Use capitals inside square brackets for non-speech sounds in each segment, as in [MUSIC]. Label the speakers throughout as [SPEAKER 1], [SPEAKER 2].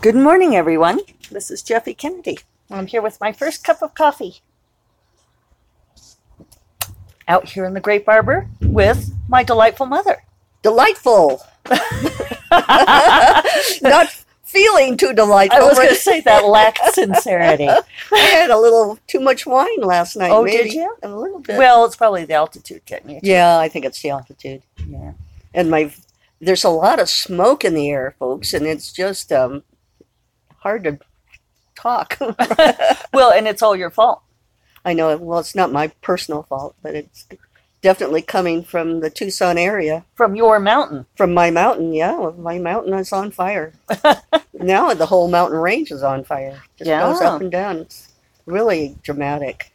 [SPEAKER 1] Good morning, everyone. This is Jeffy Kennedy. I'm here with my first cup of coffee out here in the grape arbor with my delightful mother. [LAUGHS]
[SPEAKER 2] Delightful. Not feeling too delightful.
[SPEAKER 1] I was going to say that lacked [LAUGHS] sincerity.
[SPEAKER 2] I had a little too much wine last night.
[SPEAKER 1] Oh,
[SPEAKER 2] maybe.
[SPEAKER 1] did you?
[SPEAKER 2] A little bit.
[SPEAKER 1] Well, it's probably the altitude getting you.
[SPEAKER 2] yeah, I think it's the altitude.
[SPEAKER 1] Yeah.
[SPEAKER 2] And my there's a lot of smoke in the air, folks, and it's just um, hard to
[SPEAKER 1] [LAUGHS]
[SPEAKER 2] talk.
[SPEAKER 1] Well, and it's all your fault.
[SPEAKER 2] I know. Well, it's not my personal fault, but it's definitely coming from the Tucson area,
[SPEAKER 1] from your mountain.
[SPEAKER 2] from my mountain. Yeah, my mountain is on fire. now the whole mountain range is on fire. Just goes
[SPEAKER 1] Yeah.
[SPEAKER 2] up and down. It's really dramatic.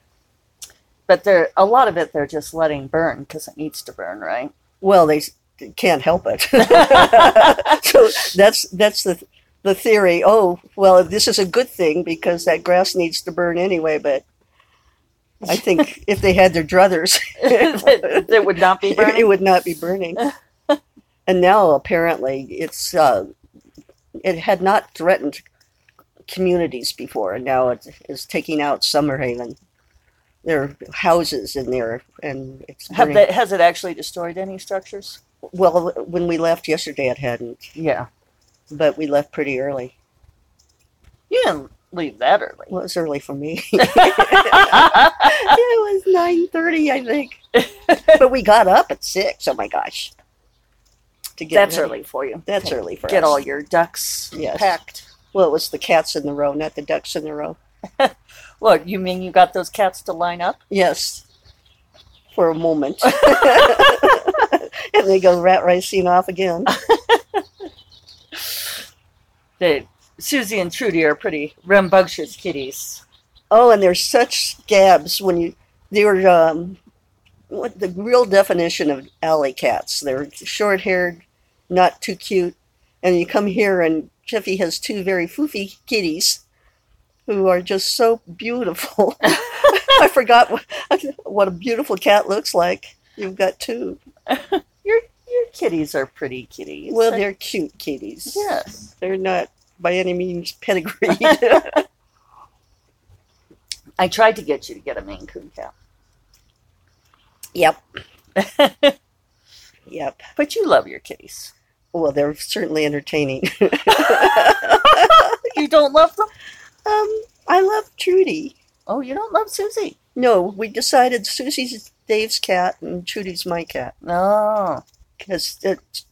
[SPEAKER 1] But they're a lot of it they're just letting burn because it needs to burn, [LAUGHS] right?
[SPEAKER 2] Well, they s- can't help it. [LAUGHS] so that's that's the the theory. Oh, well, this is a good thing because that grass needs to burn anyway. But I think if they had their druthers,
[SPEAKER 1] that, that would not be burning.
[SPEAKER 2] [LAUGHS] it would not be burning.
[SPEAKER 1] [LAUGHS]
[SPEAKER 2] and now apparently it's uh, it had not threatened communities before, and now it is taking out Summer Haven. There are houses in there, and it's
[SPEAKER 1] Have
[SPEAKER 2] burning.
[SPEAKER 1] they, has it actually destroyed any structures?
[SPEAKER 2] well. When we left yesterday, it hadn't.
[SPEAKER 1] Yeah,
[SPEAKER 2] but we left pretty early.
[SPEAKER 1] you didn't leave that early. [LAUGHS]
[SPEAKER 2] Well, [LAUGHS] it was early for me. it was nine thirty, I
[SPEAKER 1] [LAUGHS]
[SPEAKER 2] think. but we got up at six. Oh my gosh! To get
[SPEAKER 1] That's
[SPEAKER 2] ready.
[SPEAKER 1] early for you.
[SPEAKER 2] That's early for
[SPEAKER 1] Get
[SPEAKER 2] us.
[SPEAKER 1] all your ducks
[SPEAKER 2] Yes.
[SPEAKER 1] packed.
[SPEAKER 2] Well, it was the cats in the row, not the ducks in the row.
[SPEAKER 1] Look, you mean you got those cats to line up?
[SPEAKER 2] Yes, for a moment, [LAUGHS] and they go rat racing off again.
[SPEAKER 1] They, Susie and Trudy are pretty rambunctious kitties.
[SPEAKER 2] Oh, and they're such scabs when you they're um what the real definition of alley cats. They're short haired, not too cute. And you come here and Jeffy has two very foofy kitties who are just so beautiful. [LAUGHS] I forgot what, [LAUGHS] what a beautiful cat looks like. You've got two.
[SPEAKER 1] Your your kitties are pretty kitties.
[SPEAKER 2] Well, they're cute kitties.
[SPEAKER 1] yes.
[SPEAKER 2] They're not by any means [LAUGHS] pedigreed.
[SPEAKER 1] I tried to get you to get a Maine Coon cat,
[SPEAKER 2] yep. [LAUGHS] yep.
[SPEAKER 1] but you love your [LAUGHS] kitties.
[SPEAKER 2] Well, they're certainly entertaining. [LAUGHS]
[SPEAKER 1] You don't love them?
[SPEAKER 2] Um, I love Trudy.
[SPEAKER 1] Oh, you don't love Susie?
[SPEAKER 2] No, we decided Susie's Dave's cat and Trudy's my cat
[SPEAKER 1] No.
[SPEAKER 2] because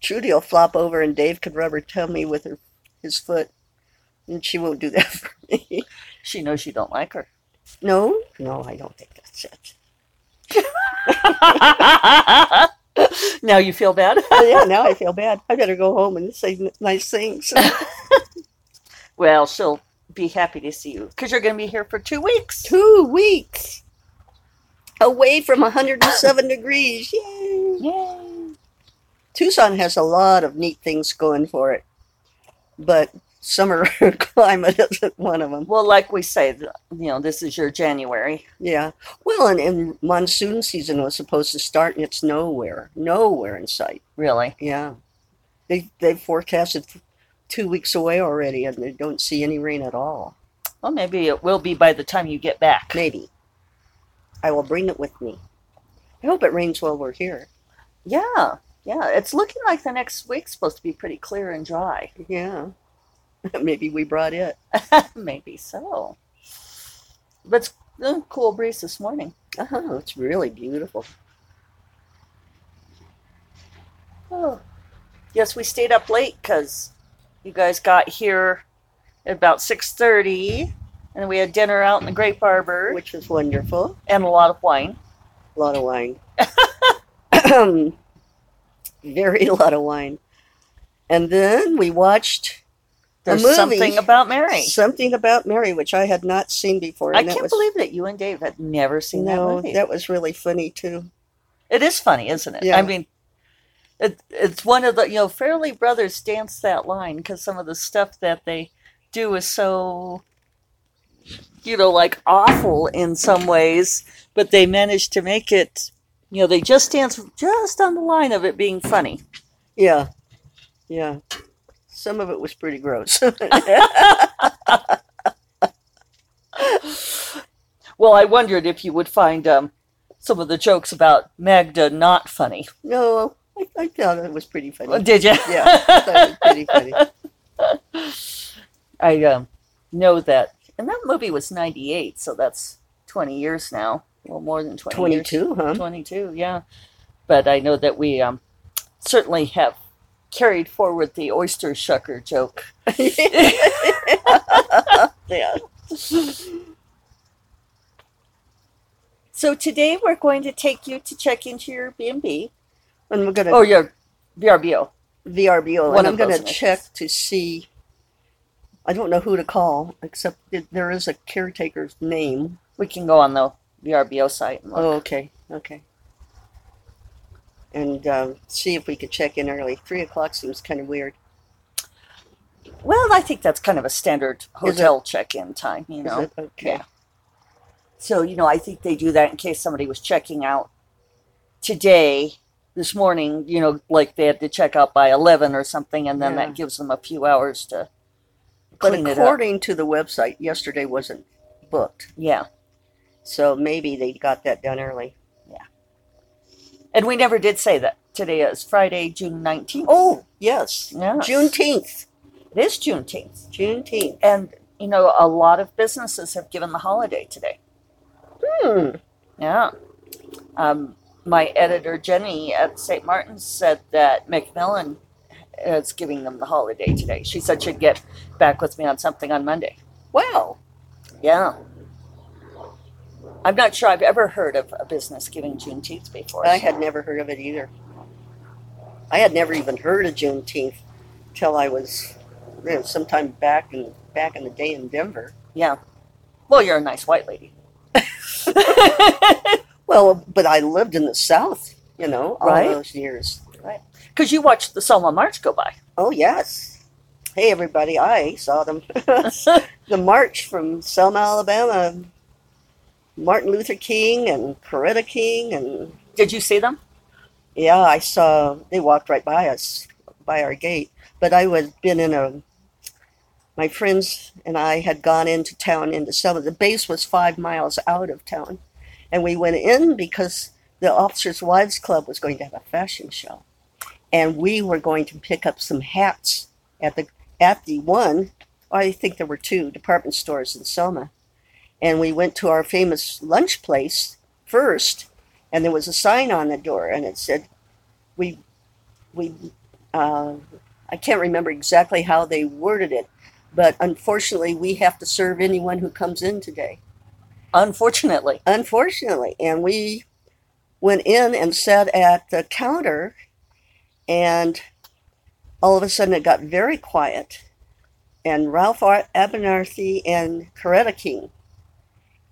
[SPEAKER 2] Trudy will flop over and Dave could rub her tummy with her his foot, and she won't do that [LAUGHS] for me.
[SPEAKER 1] She knows you don't like her. [LAUGHS]
[SPEAKER 2] No, no, I don't think that's it.
[SPEAKER 1] now you feel bad? [LAUGHS]
[SPEAKER 2] Oh, yeah, now I feel bad. I better go home and say n- nice things. [LAUGHS]
[SPEAKER 1] Well, she'll be happy to see you because you're going to be here for two weeks.
[SPEAKER 2] Two weeks away from 107 degrees. Yay!
[SPEAKER 1] Yay.
[SPEAKER 2] Tucson has a lot of neat things going for it, but summer [LAUGHS] climate isn't one of them.
[SPEAKER 1] Well, like we say, th- you know, this is your January.
[SPEAKER 2] Yeah. Well, and, and monsoon season was supposed to start, and it's nowhere, nowhere in sight.
[SPEAKER 1] Really?
[SPEAKER 2] Yeah. They they forecasted two weeks away already, and they don't see any rain at all.
[SPEAKER 1] Well, maybe it will be by the time you get back.
[SPEAKER 2] Maybe. I will bring it with me. I hope it rains while we're here.
[SPEAKER 1] Yeah. Yeah. It's looking like the next week's supposed to be pretty clear and dry. [LAUGHS]
[SPEAKER 2] Yeah. [LAUGHS] Maybe we brought it.
[SPEAKER 1] maybe so. But it's a cool breeze this morning.
[SPEAKER 2] Oh, it's really beautiful.
[SPEAKER 1] Oh. Yes, we stayed up late because you guys got here at about six thirty, and we had dinner out in the Grape Harbor
[SPEAKER 2] Which was wonderful.
[SPEAKER 1] and a lot of wine.
[SPEAKER 2] A lot of wine. [COUGHS] Very [LAUGHS] lot of wine. And then we watched
[SPEAKER 1] There's
[SPEAKER 2] movie.
[SPEAKER 1] something about Mary.
[SPEAKER 2] Something about Mary, which I had not seen before.
[SPEAKER 1] I
[SPEAKER 2] and that
[SPEAKER 1] can't
[SPEAKER 2] was-
[SPEAKER 1] believe that you and Dave had never seen that
[SPEAKER 2] No,
[SPEAKER 1] movie.
[SPEAKER 2] that was really funny too.
[SPEAKER 1] it is funny, isn't it?
[SPEAKER 2] Yeah.
[SPEAKER 1] I mean, it, it's one of the you know Fairly Brothers dance that line because some of the stuff that they do is so you know like awful in some ways, but they manage to make it. You know, they just dance just on the line of it being funny.
[SPEAKER 2] Yeah, yeah. Some of it was pretty gross. [LAUGHS]
[SPEAKER 1] Well, I wondered if you would find um, some of the jokes about Magda not funny.
[SPEAKER 2] no, I, I thought it was pretty
[SPEAKER 1] Oh, [LAUGHS]
[SPEAKER 2] funny.
[SPEAKER 1] Did you?
[SPEAKER 2] Yeah, I thought it was pretty funny.
[SPEAKER 1] [LAUGHS] I um, know that. And that movie was 98, so that's 20 years now. Well, more than 20 years.
[SPEAKER 2] 22, huh? [LAUGHS]
[SPEAKER 1] 22, yeah. But I know that we um, certainly have carried forward the oyster shucker
[SPEAKER 2] [LAUGHS]
[SPEAKER 1] joke.
[SPEAKER 2] yeah.
[SPEAKER 1] So today we're going to take you to check into your B&B.
[SPEAKER 2] And we're going to
[SPEAKER 1] Oh, your VRBO.
[SPEAKER 2] VRBO,
[SPEAKER 1] One
[SPEAKER 2] and I'm
[SPEAKER 1] of
[SPEAKER 2] going
[SPEAKER 1] those
[SPEAKER 2] to
[SPEAKER 1] nights.
[SPEAKER 2] check to see. I don't know who to call, except that there is a caretaker's name.
[SPEAKER 1] We can go on the VRBO site and look.
[SPEAKER 2] Oh, okay, okay. And um, see if we could check in early. Three o'clock seems kind of weird.
[SPEAKER 1] Well, I think that's kind of a standard hotel check-in time, you
[SPEAKER 2] Is
[SPEAKER 1] know.
[SPEAKER 2] it? Okay.
[SPEAKER 1] Yeah. So, you know, I think they do that in case somebody was checking out today, this morning, you know, like they had to check out by 11 or something, and then
[SPEAKER 2] Yeah.
[SPEAKER 1] that gives them a few hours to
[SPEAKER 2] But
[SPEAKER 1] clean it up.
[SPEAKER 2] according to the website, yesterday wasn't booked,
[SPEAKER 1] Yeah.
[SPEAKER 2] so maybe they got that done early.
[SPEAKER 1] And we never did say that. Today is Friday, June 19th.
[SPEAKER 2] Oh, yes,
[SPEAKER 1] Yes.
[SPEAKER 2] Juneteenth,
[SPEAKER 1] It is Juneteenth.
[SPEAKER 2] Juneteenth.
[SPEAKER 1] And, you know, a lot of businesses have given the holiday today.
[SPEAKER 2] Hmm.
[SPEAKER 1] Yeah. Um, my editor, Jenny at St. Martin's, said that Macmillan is giving them the holiday today. She said she'd get back with me on something on Monday.
[SPEAKER 2] Wow.
[SPEAKER 1] Yeah. I'm not sure I've ever heard of a business giving Juneteenth before.
[SPEAKER 2] I had never heard of it either. I had never even heard of Juneteenth till I was you know, sometime back in back in the day in Denver.
[SPEAKER 1] Yeah. Well, you're a nice white lady.
[SPEAKER 2] Well, but I lived in the South, you know, all
[SPEAKER 1] Right.
[SPEAKER 2] those years.
[SPEAKER 1] Because you watched the Selma March go by.
[SPEAKER 2] Oh yes. Hey everybody, I saw them. the march from Selma, Alabama. Martin Luther King and Coretta King and
[SPEAKER 1] Did you see them?
[SPEAKER 2] Yeah, I saw they walked right by us, by our gate. But I was been in a. My friends and I had gone into town into some of the base was five miles out of town, and we went in because the officers' wives club was going to have a fashion show, and we were going to pick up some hats at the at the one. I think there were two department stores in Selma, and we went to our famous lunch place first, and there was a sign on the door and it said we we uh, i can't remember exactly how they worded it but unfortunately we have to serve anyone who comes in today
[SPEAKER 1] Unfortunately.
[SPEAKER 2] unfortunately and we went in and sat at the counter and all of a sudden it got very quiet and ralph Ar- abernathy and coretta king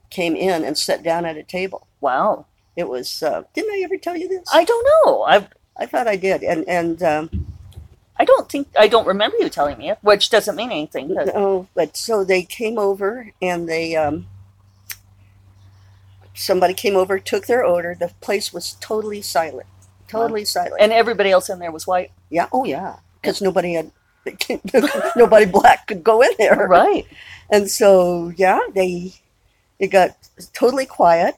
[SPEAKER 2] came in and sat down at a table
[SPEAKER 1] Wow.
[SPEAKER 2] it was uh, didn't i ever tell you this
[SPEAKER 1] I don't know. I
[SPEAKER 2] I thought I did, and and um,
[SPEAKER 1] I don't think I don't remember you telling me it, which doesn't mean anything. but-
[SPEAKER 2] no, but so they came over and they um, somebody came over, took their order. The place was totally silent, totally silent.
[SPEAKER 1] and everybody else in there was white.
[SPEAKER 2] yeah, oh yeah, because nobody had [LAUGHS] nobody black could go in there,
[SPEAKER 1] Right.
[SPEAKER 2] and so yeah, they it got totally quiet.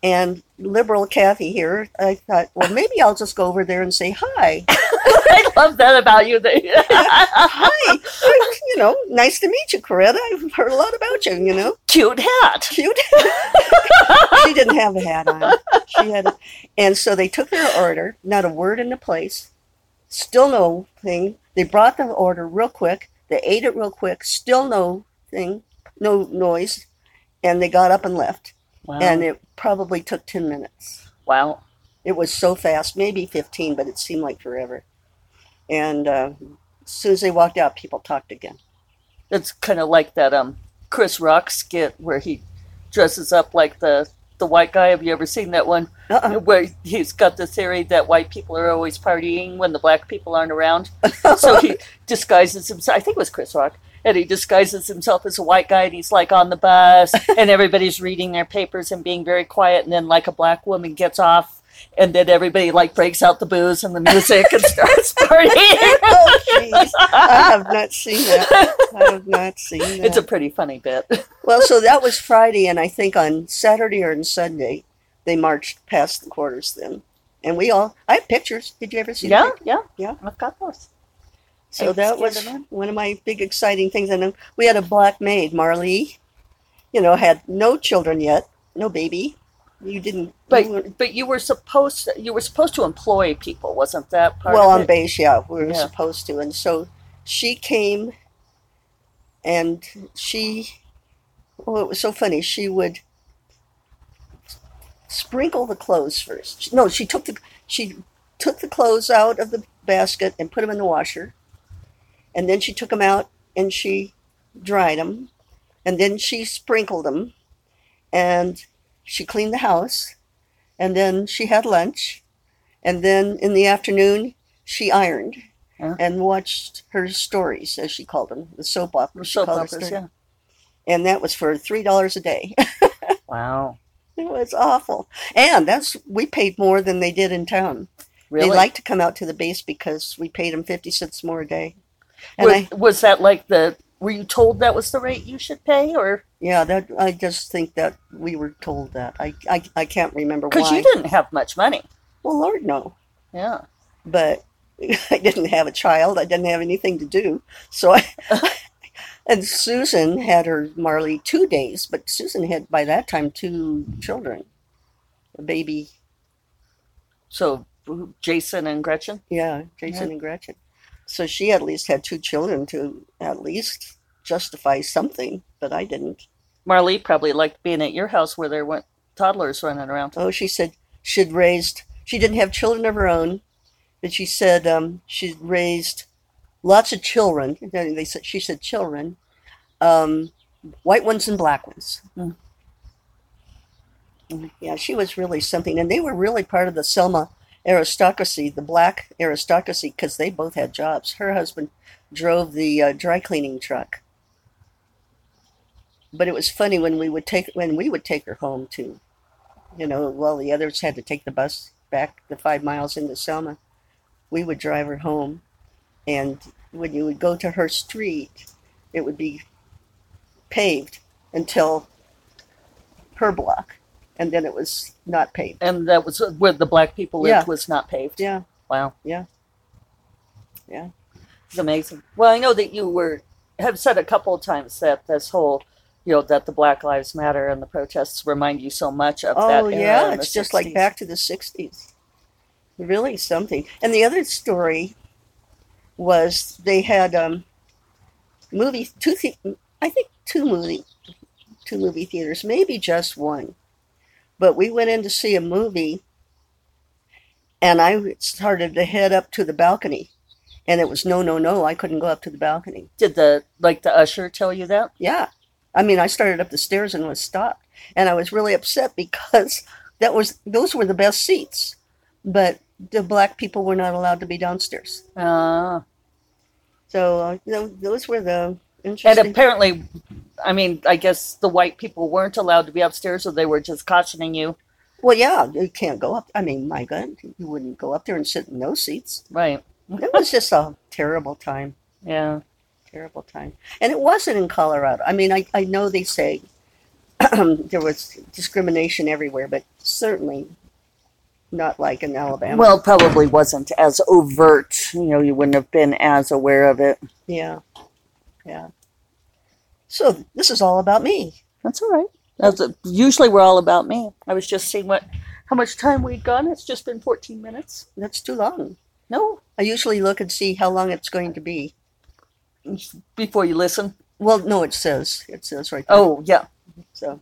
[SPEAKER 2] And liberal Kathy here, I thought, well, maybe I'll just go over there and say hi.
[SPEAKER 1] [LAUGHS] I love that about you. that-
[SPEAKER 2] Hi, you know, nice to meet you, Coretta. I've heard a lot about you, you know.
[SPEAKER 1] [LAUGHS] Cute hat.
[SPEAKER 2] cute. [LAUGHS] she didn't have a hat on. She had, a, and so they took their order. Not a word in the place. Still no thing. They brought the order real quick. They ate it real quick. Still no thing. No noise. And they got up and left.
[SPEAKER 1] Wow.
[SPEAKER 2] And it probably took ten minutes.
[SPEAKER 1] wow.
[SPEAKER 2] It was so fast, maybe fifteen, but it seemed like forever. And uh, as soon as they walked out, people talked again.
[SPEAKER 1] It's kind of like that um Chris Rock skit where he dresses up like the the white guy. Have you ever seen that one
[SPEAKER 2] Uh-uh.
[SPEAKER 1] Uh, where he's got the theory that white people are always partying when the black people aren't around? so
[SPEAKER 2] [LAUGHS]
[SPEAKER 1] he disguises himself. I think it was Chris Rock. And he disguises himself as a white guy, and he's like on the
[SPEAKER 2] [LAUGHS]
[SPEAKER 1] bus, and everybody's reading their papers and being very quiet. And then, like a black woman gets off, and then everybody like breaks out the booze and the music and
[SPEAKER 2] [LAUGHS]
[SPEAKER 1] starts partying.
[SPEAKER 2] [LAUGHS] oh, jeez. I have not seen that. I have not seen
[SPEAKER 1] [LAUGHS]
[SPEAKER 2] that.
[SPEAKER 1] It's a pretty funny bit.
[SPEAKER 2] Well, so that was Friday, and I think on Saturday or on Sunday, they marched past the quarters then. And we all, I have pictures. Did you ever see
[SPEAKER 1] Yeah,
[SPEAKER 2] that?
[SPEAKER 1] yeah,
[SPEAKER 2] Yeah.
[SPEAKER 1] I've got those.
[SPEAKER 2] So that was
[SPEAKER 1] Scan them
[SPEAKER 2] one of my big exciting things. And then we had a black maid, Marlee, you know, had no children yet, no baby. You didn't, you weren't-
[SPEAKER 1] in. But but you were supposed to, you were supposed to employ people, wasn't that part?
[SPEAKER 2] well,
[SPEAKER 1] of
[SPEAKER 2] on
[SPEAKER 1] it?
[SPEAKER 2] base, yeah, we were
[SPEAKER 1] Yeah.
[SPEAKER 2] supposed to. And so she came and she, well, it was so funny. She would sprinkle the clothes first. She- No, she took the, she took the clothes out of the basket and put them in the washer. And then she took them out and she dried them. And then she sprinkled them. And she cleaned the house. And then she had lunch. And then in the afternoon, she ironed
[SPEAKER 1] Yeah.
[SPEAKER 2] and watched her stories, as she called them, the soap opera. she
[SPEAKER 1] soap
[SPEAKER 2] called her
[SPEAKER 1] operas.
[SPEAKER 2] story.
[SPEAKER 1] Yeah.
[SPEAKER 2] And that was for $3 a day. [LAUGHS]
[SPEAKER 1] Wow.
[SPEAKER 2] it was awful. And that's we paid more than they did in town.
[SPEAKER 1] Really?
[SPEAKER 2] They like to come out to the base because we paid them 50 cents more a day. And
[SPEAKER 1] was,
[SPEAKER 2] I,
[SPEAKER 1] was that like the? Were you told that was the rate you should pay, or
[SPEAKER 2] yeah, that I just think that we were told that. I, I, I can't remember
[SPEAKER 1] because
[SPEAKER 2] why.
[SPEAKER 1] you didn't have much money?
[SPEAKER 2] Well, Lord, no.
[SPEAKER 1] Yeah.
[SPEAKER 2] But [LAUGHS] I didn't have a child. I didn't have anything to do. So
[SPEAKER 1] [LAUGHS]
[SPEAKER 2] I. And Susan had her Marley two days, but Susan had by that time two children, a baby,
[SPEAKER 1] So Jason and Gretchen.
[SPEAKER 2] yeah, Jason and Gretchen. So she at least had two children to at least justify something, but I didn't.
[SPEAKER 1] Marlee probably liked being at your house where there weren't toddlers running around.
[SPEAKER 2] Oh, she said she'd raised, she didn't have children of her own, but she said um, she'd raised lots of children. They they said, she said children, um, white ones and black ones. Mm-hmm.
[SPEAKER 1] Mm.
[SPEAKER 2] Yeah, she was really something. And they were really part of the Selma aristocracy, the black aristocracy, because they both had jobs. Her husband drove the uh, dry cleaning truck. But it was funny when we would take when we would take her home too you know, while the others had to take the bus back the five miles into Selma, we would drive her home. And when you would go to her street, it would be paved until her block. And then it was not paved.
[SPEAKER 1] And that was uh, where the black people lived
[SPEAKER 2] Yeah.
[SPEAKER 1] was not paved.
[SPEAKER 2] Yeah.
[SPEAKER 1] Wow.
[SPEAKER 2] Yeah. Yeah.
[SPEAKER 1] It's amazing. Well, I know that you were have said a couple of times that this whole you know that the Black Lives Matter and the protests remind you so much of that.
[SPEAKER 2] Oh,
[SPEAKER 1] era
[SPEAKER 2] yeah.
[SPEAKER 1] in the
[SPEAKER 2] It's just like
[SPEAKER 1] 60s.
[SPEAKER 2] back to the 60s. Really something. And the other story was they had um, movie, two, the- I think two movie, two movie theaters, maybe just one. But we went in to see a movie and I started to head up to the balcony. And it was no, no, no. I couldn't go up to the balcony.
[SPEAKER 1] Did the like the usher tell you that?
[SPEAKER 2] Yeah. I mean, I started up the stairs and was stopped. And I was really upset because [LAUGHS] that was those were the best seats. But the black people were not allowed to be downstairs.
[SPEAKER 1] Uh,
[SPEAKER 2] So uh, tho- those were the
[SPEAKER 1] and
[SPEAKER 2] interesting.
[SPEAKER 1] apparently, I mean, I guess the white people weren't allowed to be upstairs, so they were just cautioning you.
[SPEAKER 2] well, yeah, you can't go up. I mean, my God, you wouldn't go up there and sit in those seats.
[SPEAKER 1] Right.
[SPEAKER 2] It was just a terrible time.
[SPEAKER 1] Yeah.
[SPEAKER 2] terrible time. And it wasn't in Colorado. I mean, I, I know they say [CLEARS THROAT] there was discrimination everywhere, but certainly not like in Alabama.
[SPEAKER 1] Well, probably wasn't as overt. You know, you wouldn't have been as aware of it.
[SPEAKER 2] Yeah. Yeah. So this is all about me.
[SPEAKER 1] That's all right. That's usually we're all about me. I was just seeing what, how much time we'd gone. It's just been 14 minutes.
[SPEAKER 2] That's too long.
[SPEAKER 1] No,
[SPEAKER 2] I usually look and see how long it's going to be.
[SPEAKER 1] before you listen.
[SPEAKER 2] Well, no, it says it says right there.
[SPEAKER 1] Oh yeah,
[SPEAKER 2] so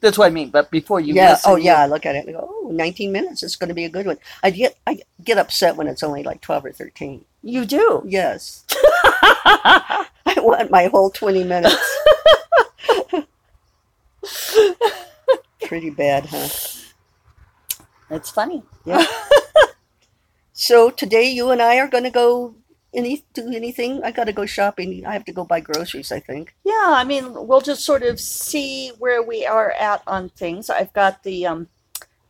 [SPEAKER 1] that's what I mean. But before you
[SPEAKER 2] yeah.
[SPEAKER 1] listen.
[SPEAKER 2] oh, yeah. I look at it and go, oh, 19 minutes. It's going to be a good one. I get I get upset when it's only like 12 or 13.
[SPEAKER 1] you [LAUGHS] do.
[SPEAKER 2] Yes, [LAUGHS] I want my whole
[SPEAKER 1] [LAUGHS]
[SPEAKER 2] 20 minutes. Pretty bad, huh?
[SPEAKER 1] It's funny.
[SPEAKER 2] Yeah. so today you and I are going to go any do anything. I got to go shopping. I have to go buy groceries. I think.
[SPEAKER 1] Yeah, I mean, we'll just sort of see where we are at on things. I've got the um,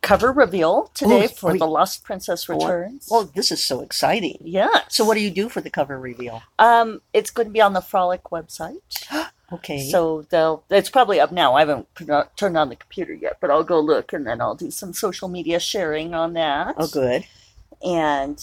[SPEAKER 1] cover reveal today
[SPEAKER 2] Ooh,
[SPEAKER 1] for
[SPEAKER 2] wait.
[SPEAKER 1] The Lost Princess
[SPEAKER 2] What?
[SPEAKER 1] Returns.
[SPEAKER 2] Oh, Well, Oh, this is so exciting.
[SPEAKER 1] yeah.
[SPEAKER 2] So, what do you do for the cover reveal?
[SPEAKER 1] Um, it's going to be on the Frolic website.
[SPEAKER 2] [GASPS] Okay.
[SPEAKER 1] So they'll it's probably up now. I haven't pr- turned on the computer yet, but I'll go look and then I'll do some social media sharing on that.
[SPEAKER 2] oh, good.
[SPEAKER 1] And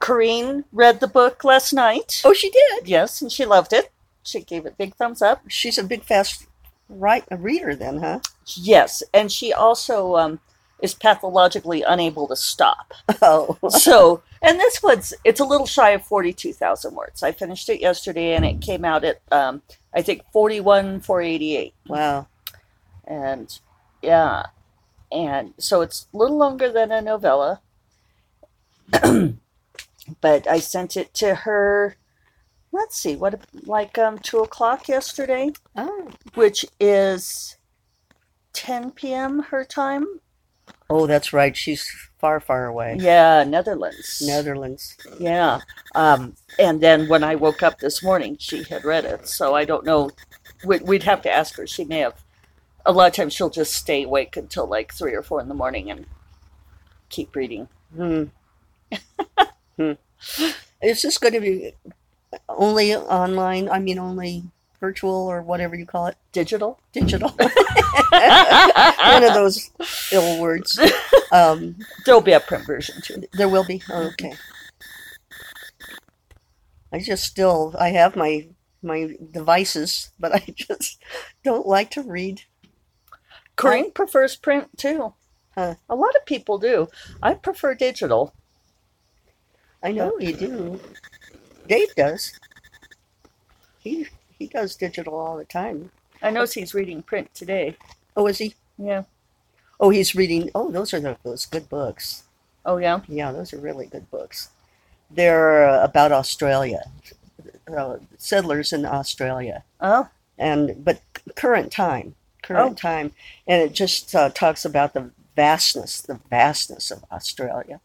[SPEAKER 1] Corrine read the book last night.
[SPEAKER 2] Oh, she did.
[SPEAKER 1] Yes, and she loved it. She gave it big thumbs up.
[SPEAKER 2] She's a big fast write a reader, then, huh? [LAUGHS]
[SPEAKER 1] Yes, and she also um, is pathologically unable to stop.
[SPEAKER 2] Oh,
[SPEAKER 1] so, and this one's it's a little shy of forty two thousand words. I finished it yesterday, and it came out at um, I think forty one four eighty eight.
[SPEAKER 2] wow.
[SPEAKER 1] and yeah and so it's a little longer than a novella [CLEARS THROAT] but i sent it to her let's see what like um two o'clock yesterday
[SPEAKER 2] Oh.
[SPEAKER 1] which is 10 p.m her time
[SPEAKER 2] oh, that's right. She's far, far away.
[SPEAKER 1] yeah netherlands
[SPEAKER 2] Netherlands.
[SPEAKER 1] yeah um and then when i woke up this morning she had read it so i don't know we'd, we'd have to ask her she may have a lot of times she'll just stay awake until like three or four in the morning and keep reading
[SPEAKER 2] Hmm. hmm. Is this going to be only online? I mean, only virtual or whatever you call it?
[SPEAKER 1] [LAUGHS] digital
[SPEAKER 2] Digital. [LAUGHS]
[SPEAKER 1] [LAUGHS]
[SPEAKER 2] One of those ill words. Um,
[SPEAKER 1] there'll be a print version too
[SPEAKER 2] There will be. Oh, okay. I just still I have my my devices, but I just don't like to read.
[SPEAKER 1] [LAUGHS] corinne prefers print too
[SPEAKER 2] Huh.
[SPEAKER 1] a lot of people do i prefer digital
[SPEAKER 2] I know you do. Dave does. He he does digital all the time.
[SPEAKER 1] i know he's reading print today
[SPEAKER 2] Oh, is he?
[SPEAKER 1] yeah
[SPEAKER 2] Oh, he's reading. Oh, those are the, those good books.
[SPEAKER 1] oh yeah
[SPEAKER 2] Yeah, those are really good books. They're uh, about Australia, uh, settlers in Australia.
[SPEAKER 1] oh
[SPEAKER 2] and but current time current
[SPEAKER 1] Oh.
[SPEAKER 2] time and it just uh, talks about the vastness the vastness of australia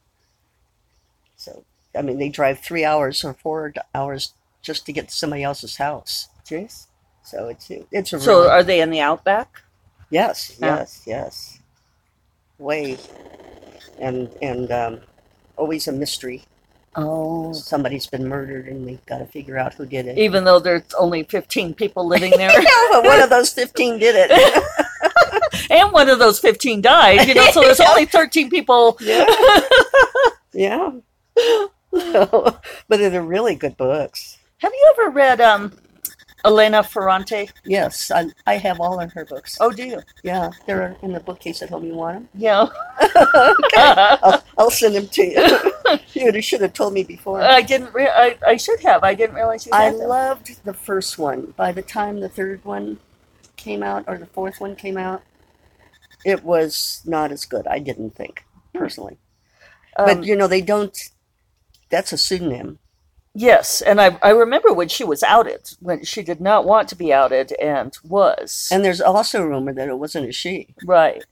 [SPEAKER 2] so i mean they drive three hours or four hours just to get to somebody else's house
[SPEAKER 1] jeez
[SPEAKER 2] so it's it's a
[SPEAKER 1] so
[SPEAKER 2] really-
[SPEAKER 1] are they in the outback
[SPEAKER 2] yes
[SPEAKER 1] Yeah.
[SPEAKER 2] yes yes way and and um, always a mystery
[SPEAKER 1] oh
[SPEAKER 2] somebody's been murdered and they've got to figure out who did it
[SPEAKER 1] even though there's only 15 people living there
[SPEAKER 2] [LAUGHS] but one of those 15 did
[SPEAKER 1] [LAUGHS]
[SPEAKER 2] it
[SPEAKER 1] and one of those 15 died you know so there's
[SPEAKER 2] [LAUGHS]
[SPEAKER 1] only 13 people
[SPEAKER 2] Yeah. [LAUGHS] yeah. but they're really good books.
[SPEAKER 1] have you ever read um elena ferrante
[SPEAKER 2] Yes, I, I have all of her books.
[SPEAKER 1] oh do you
[SPEAKER 2] yeah, they're in the bookcase at home. You want them?
[SPEAKER 1] yeah
[SPEAKER 2] [LAUGHS]
[SPEAKER 1] Uh,
[SPEAKER 2] I'll, I'll send them to [LAUGHS] you. you should have told me before.
[SPEAKER 1] i didn't re- I, I should have i didn't realize you
[SPEAKER 2] I
[SPEAKER 1] had them.
[SPEAKER 2] loved the first one. By the time the third one came out, or the fourth one came out, it was not as good. I didn't think personally,
[SPEAKER 1] Um,
[SPEAKER 2] but you know they don't. That's a pseudonym.
[SPEAKER 1] yes and I, I remember when she was outed when she did not want to be outed and was
[SPEAKER 2] And there's also a rumor that it wasn't a she.
[SPEAKER 1] right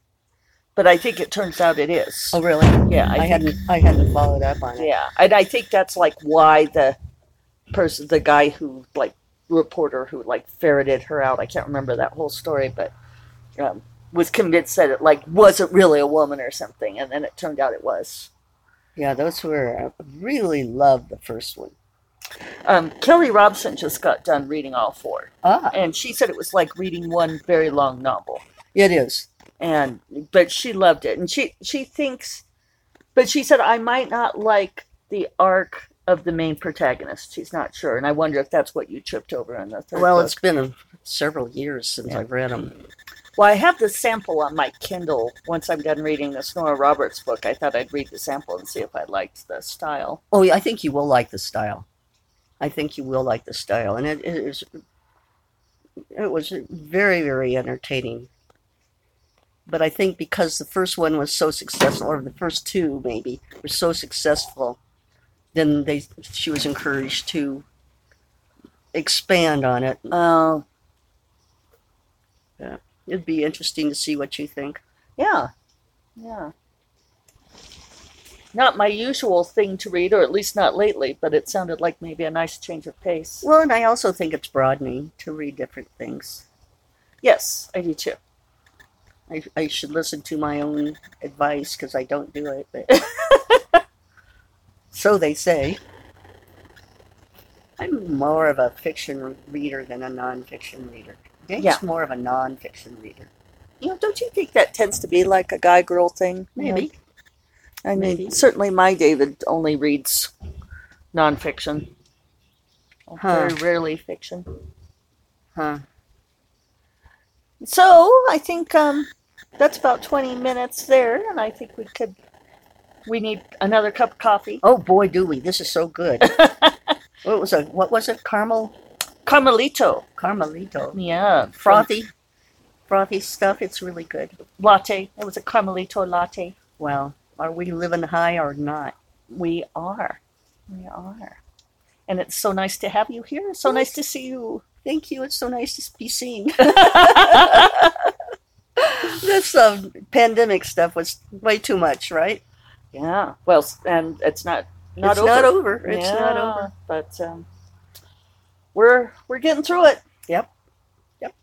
[SPEAKER 1] but i think it turns out it is
[SPEAKER 2] Oh, really?
[SPEAKER 1] yeah
[SPEAKER 2] I,
[SPEAKER 1] I think-
[SPEAKER 2] hadn't I hadn't followed up on it.
[SPEAKER 1] Yeah, and I think that's like why the person, the guy who like reporter who like ferreted her out. I can't remember that whole story, but um, was convinced that it like wasn't really a woman or something, and then it turned out it was.
[SPEAKER 2] Yeah, those were I really loved the first one.
[SPEAKER 1] Um, Kelly Robson just got done reading all four,
[SPEAKER 2] Ah,
[SPEAKER 1] and she said it was like reading one very long novel.
[SPEAKER 2] it is.
[SPEAKER 1] and but she loved it and she she thinks but she said i might not like the arc of the main protagonist she's not sure and i wonder if that's what you tripped over in the third
[SPEAKER 2] Well,
[SPEAKER 1] book.
[SPEAKER 2] it's been a, several years since
[SPEAKER 1] Yeah.
[SPEAKER 2] I've read them.
[SPEAKER 1] well i have the sample on my kindle once i'm done reading this nora roberts book i thought i'd read the sample and see if i liked the style
[SPEAKER 2] Oh, yeah, I think you will like the style. I think you will like the style, and it, it is. It was very very entertaining. But I think because the first one was so successful, or the first two maybe were so successful, then they she was encouraged to expand on it
[SPEAKER 1] oh
[SPEAKER 2] It'd be interesting to see what you think.
[SPEAKER 1] yeah yeah not my usual thing to read or at least not lately but it sounded like maybe a nice change of pace
[SPEAKER 2] Well, and I also think it's broadening to read different things.
[SPEAKER 1] yes i do too
[SPEAKER 2] I, I should listen to my own advice because I don't do it. But [LAUGHS] so they say. I'm more of a fiction reader than a nonfiction reader. Dave's
[SPEAKER 1] Yeah.
[SPEAKER 2] more of a nonfiction reader.
[SPEAKER 1] You know, don't you think that tends to be like a guy girl thing? You know,
[SPEAKER 2] Maybe.
[SPEAKER 1] I mean,
[SPEAKER 2] Maybe.
[SPEAKER 1] certainly my David only reads nonfiction.
[SPEAKER 2] Huh.
[SPEAKER 1] Very rarely fiction.
[SPEAKER 2] Huh.
[SPEAKER 1] So I think um, that's about 20 minutes there, and I think we could. We need another cup of coffee.
[SPEAKER 2] Oh boy, do we! This is so good. what was it? What was it? Caramel,
[SPEAKER 1] Carmelito.
[SPEAKER 2] Carmelito,
[SPEAKER 1] Yeah. Frothy
[SPEAKER 2] frothy, frothy stuff. It's really good.
[SPEAKER 1] latte. It was a Carmelito latte.
[SPEAKER 2] Well, are we living high or not?
[SPEAKER 1] We are. We are. And it's so nice to have you here. So nice to see you. [LAUGHS]
[SPEAKER 2] Thank you. It's so nice to be [LAUGHS] seen. this um, pandemic stuff was way too much, right?
[SPEAKER 1] Yeah. Well, s- and it's not not
[SPEAKER 2] it's
[SPEAKER 1] over.
[SPEAKER 2] not over. It's not
[SPEAKER 1] Yeah,
[SPEAKER 2] over.
[SPEAKER 1] But um, we're we're getting through it.
[SPEAKER 2] Yep. Yep.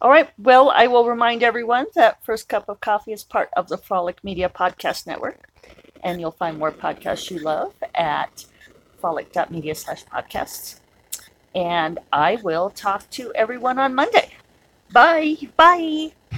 [SPEAKER 1] All right. Well, I will remind everyone that First Cup of Coffee is part of the Frolic Media Podcast Network, and you'll find more podcasts you love at frolic.media slash podcasts. And I will talk to everyone on Monday. Bye. Bye.